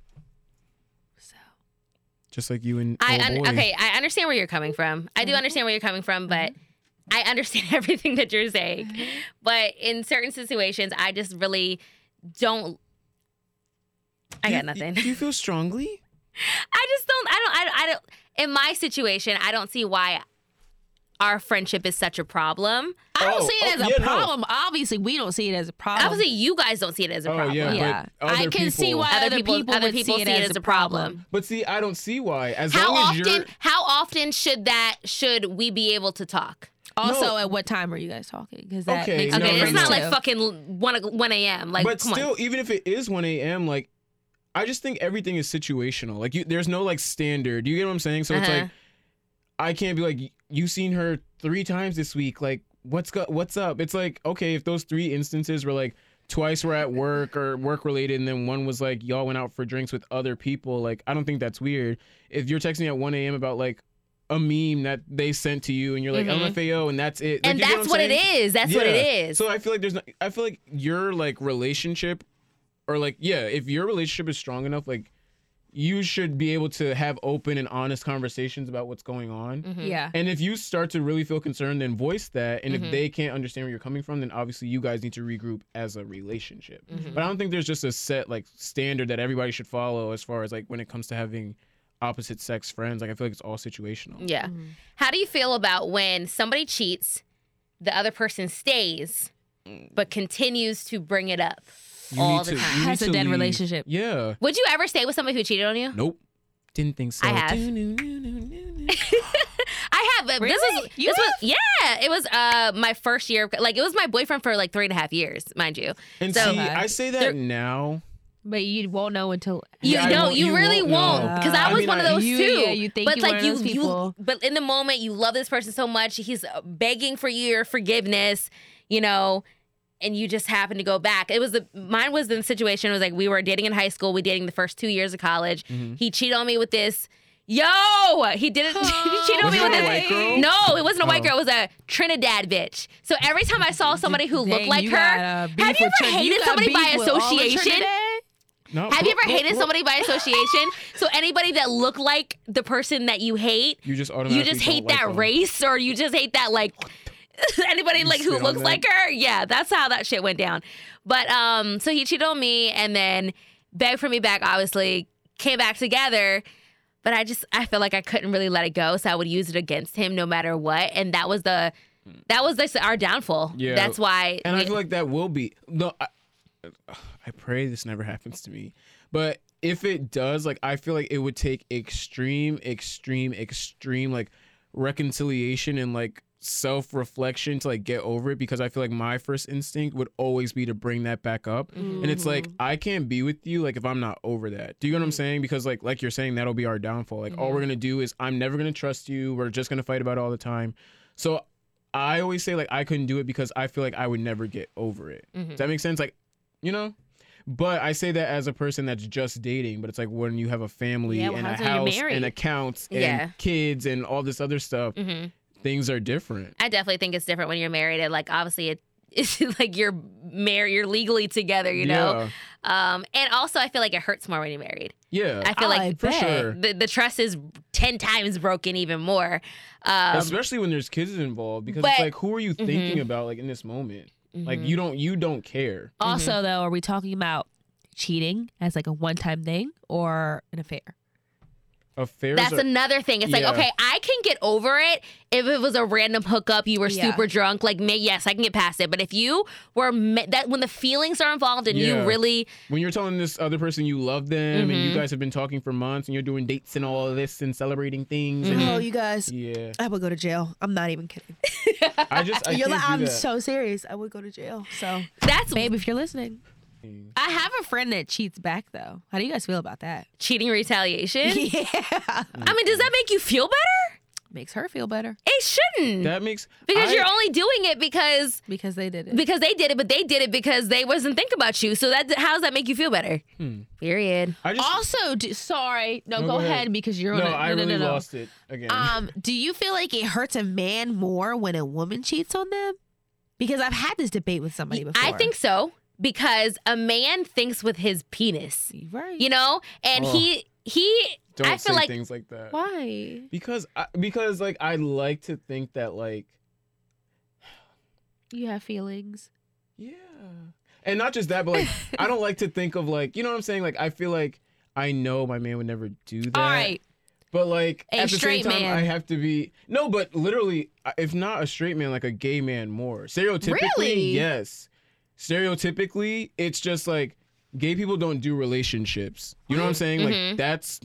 So just like you and I oh un- boy. okay. I understand where you're coming from. I do understand where you're coming from, but I understand everything that you're saying. But in certain situations, I just really don't. I Do got you- nothing. Do you feel strongly? I just don't. I don't. I don't. I don't in my situation, I don't see why our friendship is such a problem. I don't Oh, see it oh, as a yeah, no. problem. Obviously, we don't see it as a problem. Obviously, you guys don't see it as a Oh, problem. yeah. yeah, but other I can see people- why Other other people- people, other would people see it as, a problem. But see, I don't see why. As How long as often? you're How often should that? Should we be able to talk? Also, No. at what time are you guys talking? Because that Okay, makes No, Okay, a it's no, not no. like fucking one o- one a.m. Like, but come still, on. even if it is 1 a.m., like, I just think everything is situational. Like, you, there's no like standard. You get what I'm saying? So it's Uh-huh. like, I can't be like, "Y- you seen her three times this week. Like, what's go- what's up? It's like, okay, if those three instances were like twice were at work or work related, and then one was like y'all went out for drinks with other people. Like, I don't think that's weird. If you're texting at 1 a.m. about like a meme that they sent to you, and you're like Mhm. LMFAO, and that's it. Like, and you get that's I'm what saying? it is. That's what Yeah. it is. So I feel like there's no, I feel like your like relationship or like yeah, if your relationship is strong enough like you should be able to have open and honest conversations about what's going on. Mhm. yeah. And if you start to really feel concerned, then voice that. And Mhm. if they can't understand where you're coming from, then obviously you guys need to regroup as a relationship. Mhm. But I don't think there's just a set like standard that everybody should follow as far as like when it comes to having opposite sex friends. Like I feel like it's all situational. Yeah. Mm. How do you feel about when somebody cheats, the other person stays, but continues to bring it up You all need the to- time? you need That's a to dead leave. relationship. Yeah. Would you ever stay with somebody who cheated on you? Nope. Didn't think so. I have. I have. uh, This was Really? You this was yeah. It was uh my first year. of- Like it was my boyfriend for like three and a half years, mind you. and So- uh, see, I say that There- now. But you won't know until You Yeah, I know, won't- you, you really won't won't, know. because I I was mean, one of I- those You- too. yeah, you think but you like one of you, those you, people. but in the moment you love this person so much, he's uh, begging for your forgiveness, you know, and you just happen to go back. It was the mine was the situation. It was like we were dating in high school. We dating the first two years of college. Mm-hmm. He cheated on me with this. Yo, he didn't. he cheated on Was me it with a this. white girl? No, it wasn't a white Oh. girl. It was a Trinidad bitch. So every time I saw somebody who looked Dang, like you her, got, uh, have you beef ever with Trin- hated got somebody beef by with all of association? Trinidad? Mm-hmm. No, Have but- you ever but- hated but- somebody by association? So anybody that looked like the person that you hate, You just automatically you just don't hate like that them. race, or you just hate that like anybody You like who spit on looks them. like her. Yeah, that's how that shit went down. But um, so he cheated on me and then begged for me back. Obviously, came back together. But I just I feel like I couldn't really let it go, so I would use it against him no matter what, and that was the that was the, our downfall. Yeah. that's why. And I we- feel like that will be no. I, I pray this never happens to me, But if it does, like I feel like it would take extreme, extreme, extreme like reconciliation and like self reflection to like get over it because I feel like my first instinct would always be to bring that back up. And it's like Mm-hmm. I can't be with you like if I'm not over that. Do you know what I'm saying? Because like like you're saying that'll be our downfall. Like all we're Mm-hmm. going to do is I'm never going to trust you. We're just going to fight about it all the time. So I always say like I couldn't do it because I feel like I would never get over it. Mm-hmm. Does that make sense? Like, you know? But I say that as a person that's just dating, but it's like when you have a family Yeah, well, and a how's when you're house married? and accounts and Yeah. kids and all this other stuff, hmm things are different. I definitely think it's different when you're married. And like obviously, it, it's like you're married, you're legally together, you know. Um, and also, I feel like it hurts more when you're married. Yeah. Yeah. I feel Oh, I like for sure. the, the trust is ten times broken, even more. Um, Especially when there's kids involved because it's but- like who are you Mm-hmm. thinking about like in this moment? Like you don't you don't care. Also, though, are we talking about cheating as like a one time thing or an affair? Affairs That's are, another thing. It's Yeah. like, okay, I can get over it if it was a random hookup, you were Yeah. super drunk. Like, may, yes, I can get past it. But if you were me- that when the feelings are involved and Yeah. you really, when you're telling this other person you love them and Mm-hmm. you guys have been talking for months and you're doing dates and all this and celebrating things and Oh, you guys, yeah. I would go to jail. I'm not even kidding. I just I You're can't like, do I'm that. so serious. I would go to jail. So, that's babe, if you're listening, Mm. I have a friend that cheats back though. How do you guys feel about that? cheating retaliation. Yeah, I mean, does that make you feel better? makes her feel better It shouldn't. that makes because I- you're only doing it because because they did it. because they did it, but they did it because they wasn't thinking about you. So that how does that make you feel better? Hmm. Period. I just also, do, sorry, no, No, go, go ahead. ahead. because you're no, on. a- I no, really no, no. lost it again. Um, do you feel like it hurts a man more when a woman cheats on them? Because I've had this debate with somebody before. I think so because a man thinks with his penis, You're right. you know, and Oh. he he. Don't I feel say like things like that. why? Because I, because like I like to think that like You have feelings. yeah, and not just that, but like I don't like to think of like you know what I'm saying. Like I feel like I know my man would never do that. All right. But like A at the same straight time, man. I have to be no, but literally, I- if not a straight man, like a gay man more stereotypically. Really? Yes, stereotypically, it's just like gay people don't do relationships. You know Mm-hmm. what I'm saying? Like that's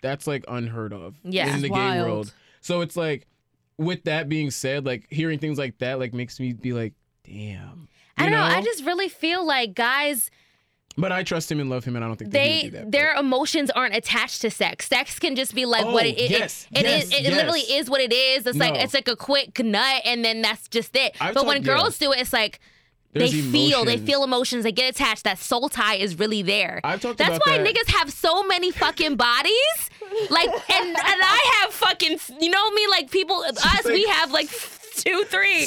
that's like unheard of Yeah. in the gay Wild. world. So it's like, with that being said, like hearing things like that like makes me be like, damn. I You don't know. I just really feel like guys, But I trust him and love him, and I don't think that he they would do that, their emotions aren't attached to sex. Sex can just be like what Oh, it is. yes, it, yes, it, it literally yes. is what it is. It's like No. it's like a quick nut, and then that's just it. I've but talked- when yeah. girls do it, it's like but there's they feel, they emotions. feel emotions, they get attached. That soul tie is really there. I've talked That's about why that. niggas have so many fucking bodies. Like, and and I have fucking, you know me, like people, us, we have like two, three.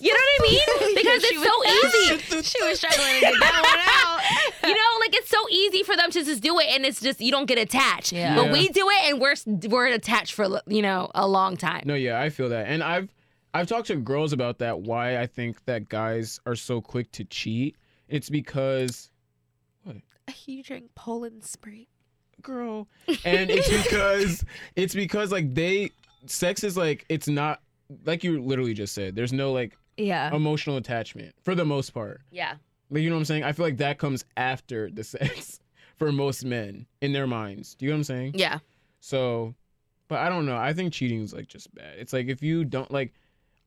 You know what I mean? Because she it's was- so easy. She was struggling to get that one out. you know, like it's so easy for them to just do it, and it's just you don't get attached. Yeah. But Yeah. we do it, and we're we're attached for you know a long time. No, yeah, I feel that, and I've I've talked to girls about that. Why I think that guys are so quick to cheat. It's because You drink Poland Spring. girl, and it's because it's because like they sex is like it's not like you literally just said. There's no like Yeah. emotional attachment for the most part. Yeah. Like you know what I'm saying? I feel like that comes after the sex for most men in their minds. Do you know what I'm saying? Yeah. So, but I don't know. I think cheating is like just bad. It's like if you don't like,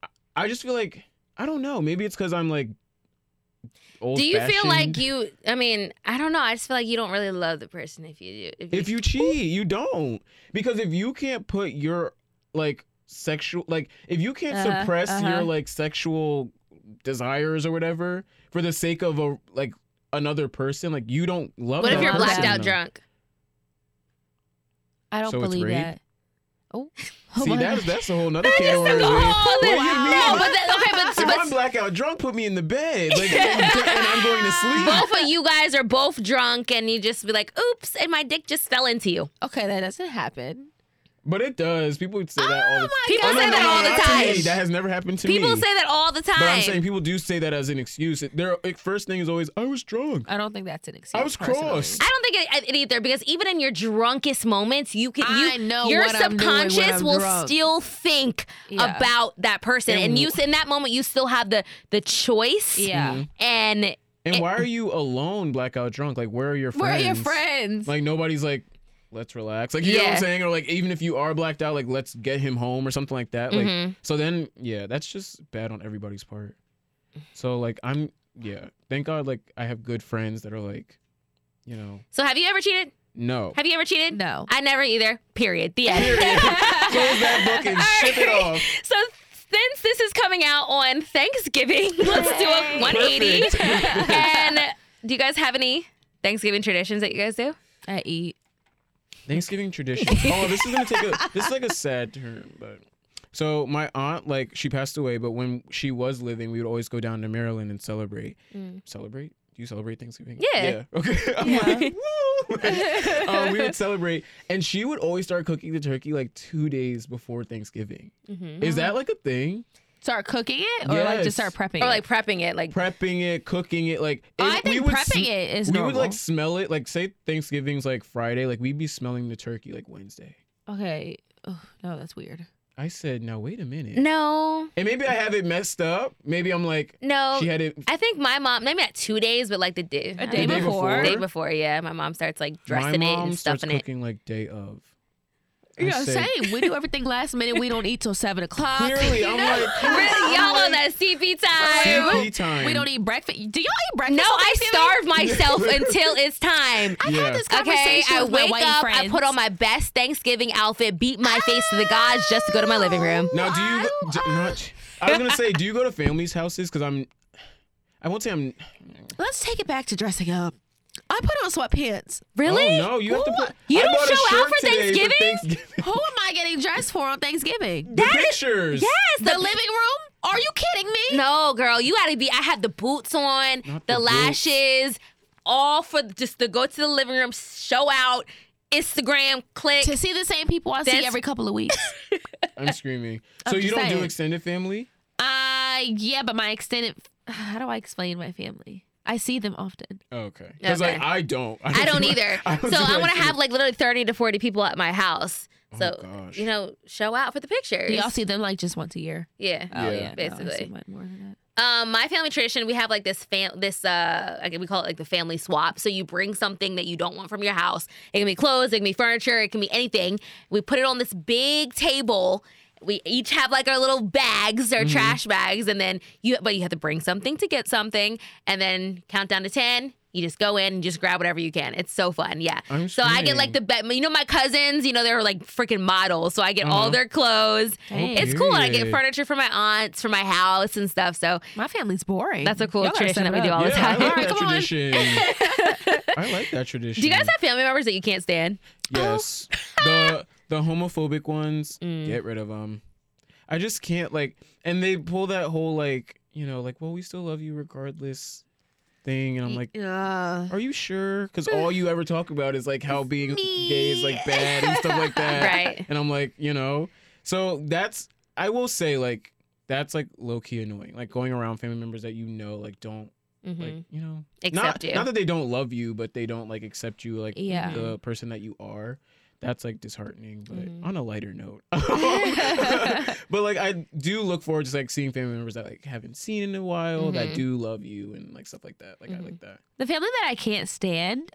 I- I just feel like I don't know. Maybe it's because I'm like. Old do you feel like you? I mean, I don't know. I just feel like you don't really love the person if you do. If you cheat, you don't because if you can't put your like sexual like if you can't Uh-huh, suppress uh-huh. your like sexual desires or whatever for the sake of a like another person like you don't love what if that you're love blacked person out enough. drunk? I don't So it's believe rape? that. Oh. see that's that's a whole nother That is can the of worms, man. whole thing. What do you mean? No, but that, okay, but, If but I'm blackout drunk, put me in the bed, like, and I'm going to sleep. both of you guys are both drunk, and you just be like, "Oops," and my dick just fell into you. Okay, that doesn't happen. But it does. People say that all the time. People Oh, no, say no, that no, all the not to time. me. That has never happened to me. People say that all the time. But I'm saying people do say that as an excuse. It- Their like, first thing is always, "I was drunk." I don't think that's an excuse. I was personally. crossed. I don't think it, it either because even in your drunkest moments, you can you I know your what I'm doing when subconscious I'm will drunk. still think Yeah. about that person, And and you in that moment you still have the the choice, Yeah. and and And why are you alone, blackout drunk? Like, where are your friends? Where are your friends? Like, nobody's like, let's relax. Like, you know what Yeah. I'm saying? Or like, even if you are blacked out, like, let's get him home or something like that. Like, Mhm. so then, yeah, that's just bad on everybody's part. So like, I'm yeah. Thank God, like, I have good friends that are like, you know, so have you ever cheated? no. Have you ever cheated? No. I never either. Period. The end. Close that book and ship it Alright. off. So since this is coming out on Thanksgiving, let's do a 180. and do you guys have any Thanksgiving traditions that you guys do? I eat. Thanksgiving tradition. Oh, this is gonna take a this is like a sad turn, but so my aunt like she passed away, but when she was living, we would always go down to Maryland and celebrate. Celebrate? Do you celebrate Thanksgiving? Yeah. Okay. I'm like, woo! um, we would celebrate, and she would always start cooking the turkey like two days before Thanksgiving. Is that like a thing? Start cooking it, or like just Yes. start prepping. Or it? like prepping it, like Prepping it, cooking it, like Oh, I it- think prepping it is We would normal. like smell it, like say Thanksgiving's like Friday, like we'd be smelling the turkey like Wednesday. okay. Oh, no, that's weird. I said, now wait a minute. no, And maybe I have it messed up. Maybe I'm like, no. she had it. I think my mom, maybe not two days, but like the day, A I day, don't know. before. Day before, yeah. My mom starts like dressing my it mom and starts stuffing it. cooking like day of. I Yeah, said, same. We do everything last minute. We don't eat till seven o'clock. Clearly, I'm like, Really, y'all on that CP time. CP time. We don't eat breakfast. Do y'all eat breakfast? No, on I Thanksgiving? starve myself until it's time. I Yeah. had this Okay, conversation I with my wake white up, friends. I put on my best Thanksgiving outfit, beat my face to the gods just to go to my living room. Now, do you go- do, not? I was gonna say, do you go to families' houses? Because I'm. I won't say I'm. Let's take it back to dressing up. I put on sweatpants. Really? Oh, no, you have to put. You I don't bought a show out shirt for today Thanksgiving? Thanksgiving. Who am I getting dressed for on Thanksgiving? the pictures. Yes, The living room? Are you kidding me? No, girl, you gotta be. I had the boots on, Not the, the boots. lashes, all for just to go to the living room, show out, Instagram, click. To see the same people I That's- see every couple of weeks. I'm screaming. I'm so you just don't do saying. extended family? uh, yeah, but my extended. How do I explain my family? I see them often. Oh, okay. Because Okay. like I don't. I don't do- either. don't so do I want to extended- have like literally thirty to forty people at my house. Oh, So gosh. you know, show out for the pictures. Do y'all see them like just once a year? Oh, yeah. Oh, Yeah. yeah, basically. No, I see mine more than that. Um, my family tradition, we have like this fam this uh like, we call it like the family swap. So you bring something that you don't want from your house. It can be clothes, it can be furniture, it can be anything. We put it on this big table. We each have like our little bags or trash bags, and then you but you have to bring something to get something, and then count down to ten. You just go in and just grab whatever you can. It's so fun, yeah. I'm so I get like the bet. You know my cousins, you know they're like freaking models, so I get all Uh-huh. their clothes. Dang. It's cool. and I get Period. furniture from my aunts, from my house and stuff. So My family's boring. That's a cool Y'all gotta tradition set that we it do up. all the yeah, I time. like Alright, that come on. tradition. I like that tradition. do you guys have family members that you can't stand? Yes. the the homophobic ones, Mm. get rid of them. I just can't like and they pull that whole like, you know, like well we still love you regardless thing and I'm like Yeah. are you sure? Because all you ever talk about is like how being gay is like bad and stuff like that. Right. And I'm like, you know, so that's I will say like that's like low key annoying. Like going around family members that you know like don't like you know Accept not, Mm-hmm. you. Not that they don't love you, but they don't like accept you like Yeah. the person that you are. That's like disheartening. But Mm-hmm. Mhm. on a lighter note, but like I do look forward to like seeing family members that like haven't seen in a while that Mm-hmm. Mhm. do love you and like stuff like that. Like I like that. The family that I can't stand,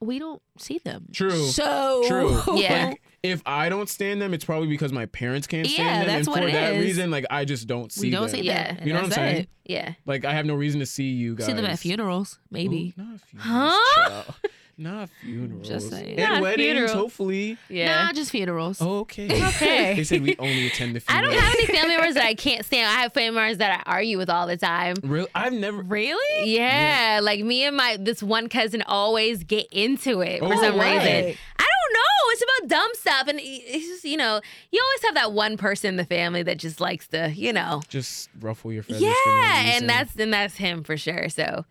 we don't see them. True. So True. Yeah. Like, if I I don't stand them, it's probably because my parents can't stand Yeah, them, and that's what for it that is. reason, like I just don't see we them. don't see them. Yeah. and You know what I'm that's saying? it. Yeah. Like I have no reason to see you guys. See them at funerals, Ooh, maybe. not funerals. Huh? child. Not funerals. saying. And Not weddings, funerals. hopefully. Yeah. Nah, just funerals. Okay. Okay. They said we only attend the I funerals. don't have any family members that I can't stand. I have family members that I argue with all the time. Real, I've never. Really? Yeah, like me and my this one cousin always get into it for Oh, some why? reason. I don't know. It's about dumb stuff, and it- it's just you know you always have that one person in the family that just likes to you know Just ruffle your feathers. yeah, for no reason. and that's and that's him for sure. So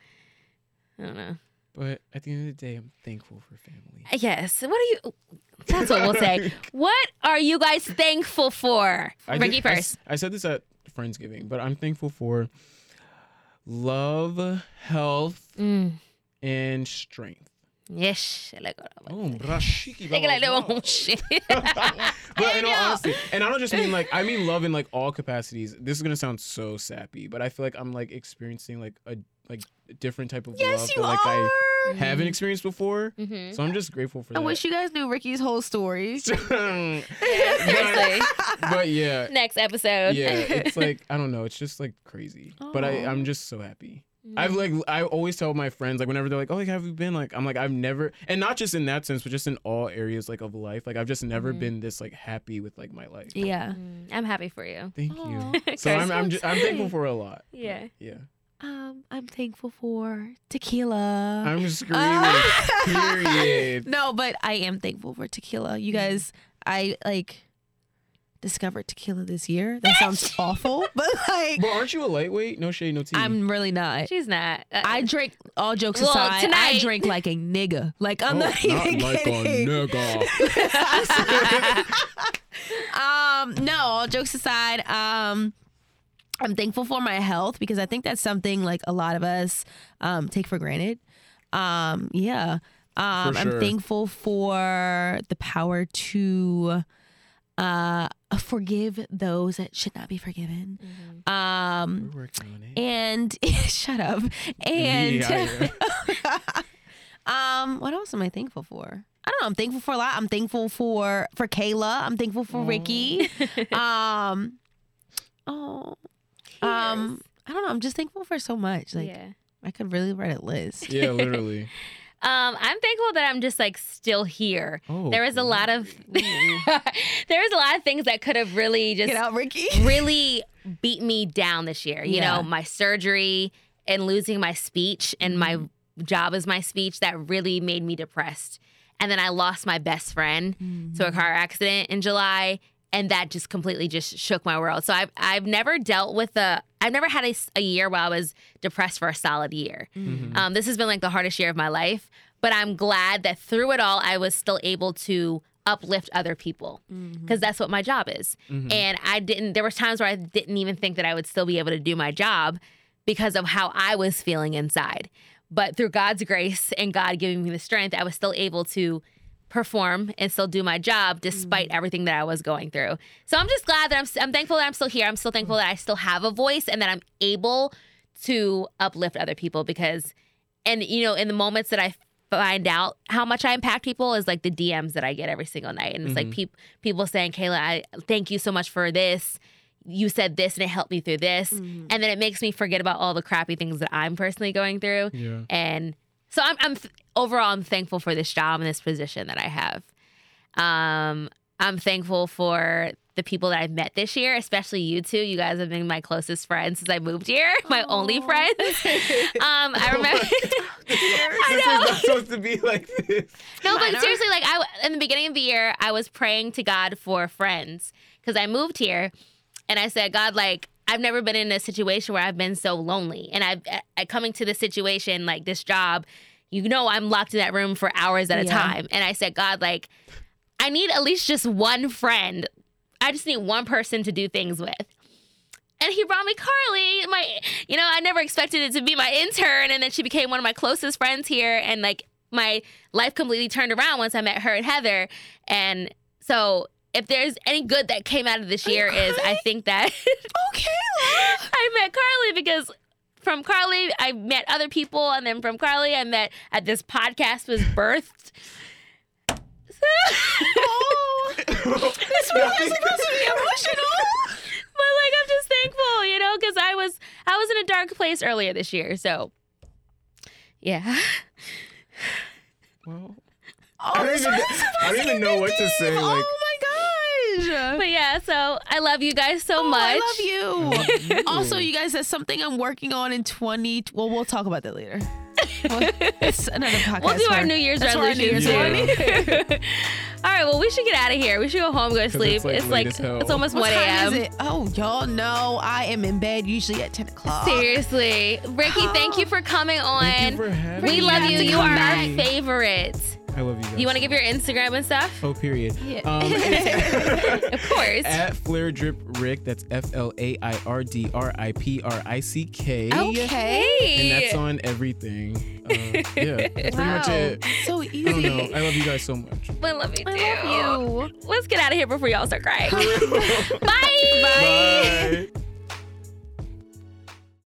I don't know. But at the end of the day, I'm thankful for family. Yes. What are you? That's what we'll say. What are you guys thankful for? I Ricky did- I first. s- I, said this at Friendsgiving, but I'm thankful for love, health, Mm. and strength. Yes. I like oh, that one. Boom, brashiki, I like that blah, blah, one. Shit. blah. but in all honesty, and I don't just mean like I mean love in like all capacities. This is gonna sound so sappy, but I feel like I'm like experiencing like a like different type of love Yes, you that like are. I haven't experienced before. Mm-hmm. So I'm just grateful for Mm-hmm. I that. wish you guys knew Ricky's whole story. Seriously. but yeah, Next episode. yeah, it's like I don't know. It's just like crazy. But I, Aw. I'm just so happy. I've like I always tell my friends like whenever they're like, oh, like have you been like I'm like I've never and not just in that sense, but just in all areas like of life. Like I've just never been this like happy with like my life. Mm-hmm. Yeah. Mm, I'm happy for you. Thank Aw. you. So I'm so I'm, just, I'm thankful excited. for a lot. Yeah. Yeah. Um, I'm thankful for tequila. I'm screaming. Ah. period. No, but I am thankful for tequila. You guys, I like discovered tequila this year. That sounds awful, but like But aren't you a lightweight? No shade, no tea. I'm really not. She's not. Uh, I drink all jokes Well, aside. I tonight- drink like a nigga. Like I'm Oh, not even like kidding. a nigga. um, no, all jokes aside, um, I'm thankful for my health because I think that's something like a lot of us um, take for granted. Um, yeah. Um, For I'm sure. thankful for the power to uh, forgive those that should not be forgiven. Um, We're working on it. and shut up. And Yeah, um, what else am I thankful for? I don't know. I'm thankful for a lot. I'm thankful for for Kayla. I'm thankful for Ricky. Mm. um, oh, um, I don't know. I'm just thankful for so much. Like yeah. I could really write a list. yeah, literally. Um, I'm thankful that I'm just like still here. Oh, there was a lot of there was a lot of things that could have really just Get out, Ricky. really beat me down this year. You Yeah. know, my surgery and losing my speech and my job as my speech that really made me depressed. And then I lost my best friend to a car accident in July, and that just completely just shook my world. So I've I've never dealt with a I've never had a, s- a year where I was depressed for a solid year. Mm-hmm, Um, this has been like the hardest year of my life, but I'm glad that through it all, I was still able to uplift other people because that's what my job is. Mm-hmm. And I didn't, there were times where I didn't even think that I would still be able to do my job because of how I was feeling inside. But through God's grace and God giving me the strength, I was still able to perform and still do my job despite everything that I was going through. So I'm just glad that I'm, I'm thankful that I'm still here. I'm still thankful that I still have a voice and that I'm able to uplift other people because and you know in the moments that i find out how much i impact people is like the dms that i get every single night and it's like peop people saying kayla i thank you so much for this you said this and it helped me through this and then it makes me forget about all the crappy things that i'm personally going through Yeah. and so i'm, I'm th- overall i'm thankful for this job and this position that i have um, I'm thankful for the people that I've met this year, especially you two. You guys have been my closest friends since I moved here, my only friends. um, I remember. This is not supposed to be like this. No, but Minor. seriously, like I in the beginning of the year, I was praying to God for friends because I moved here, and I said, God, like I've never been in a situation where I've been so lonely, and I've uh, I, coming to this situation like this job, you know, I'm locked in that room for hours at a Yeah. time, and I said, God, like I need at least just one friend. I just need one person to do things with. And he brought me Carly, my you know, I never expected it to be my intern and then she became one of my closest friends here and like my life completely turned around once I met her and Heather. And so if there's any good that came out of this year is I think that okay. I met Carly because from Carly I met other people and then from Carly I met at this podcast was birthed. emotional. but like I'm just thankful, you know, because I was I was in a dark place earlier this year, so yeah. Well, I Oh, don't this even, was- I don't even know what to say. Like, oh my gosh. Oh, But yeah, so I love you guys so much. I I love you. love you. Also, you guys, that's something I'm working on in 20. Well, we'll talk about that later. Well, it's another podcast. We'll do our for- New Year's that's for our New resolutions. Year's soon. All right, well, we should get out of here. We should go home, go to 'Cause sleep. it's, like, It's late like, as hell. it's almost 1 What time a.m. is it? Oh, y'all know I am in bed usually at 10 o'clock. Seriously, Ricky, thank you for coming on. thank you for having we me. love you. to You come are our back. favorite. I love you guys. You want to so give your much. Instagram and stuff? Oh, eh. period. Yeah. Um, it's- Of course. At Flair Drip Rick, that's F L A I R D R I P R I C K. And Okay. that's on everything. Uh, yeah, that's pretty much Wow. it. So I don't know. easy. I love you guys so much. We love you too. I love you. Let's get out of here before y'all start crying. Bye. Bye.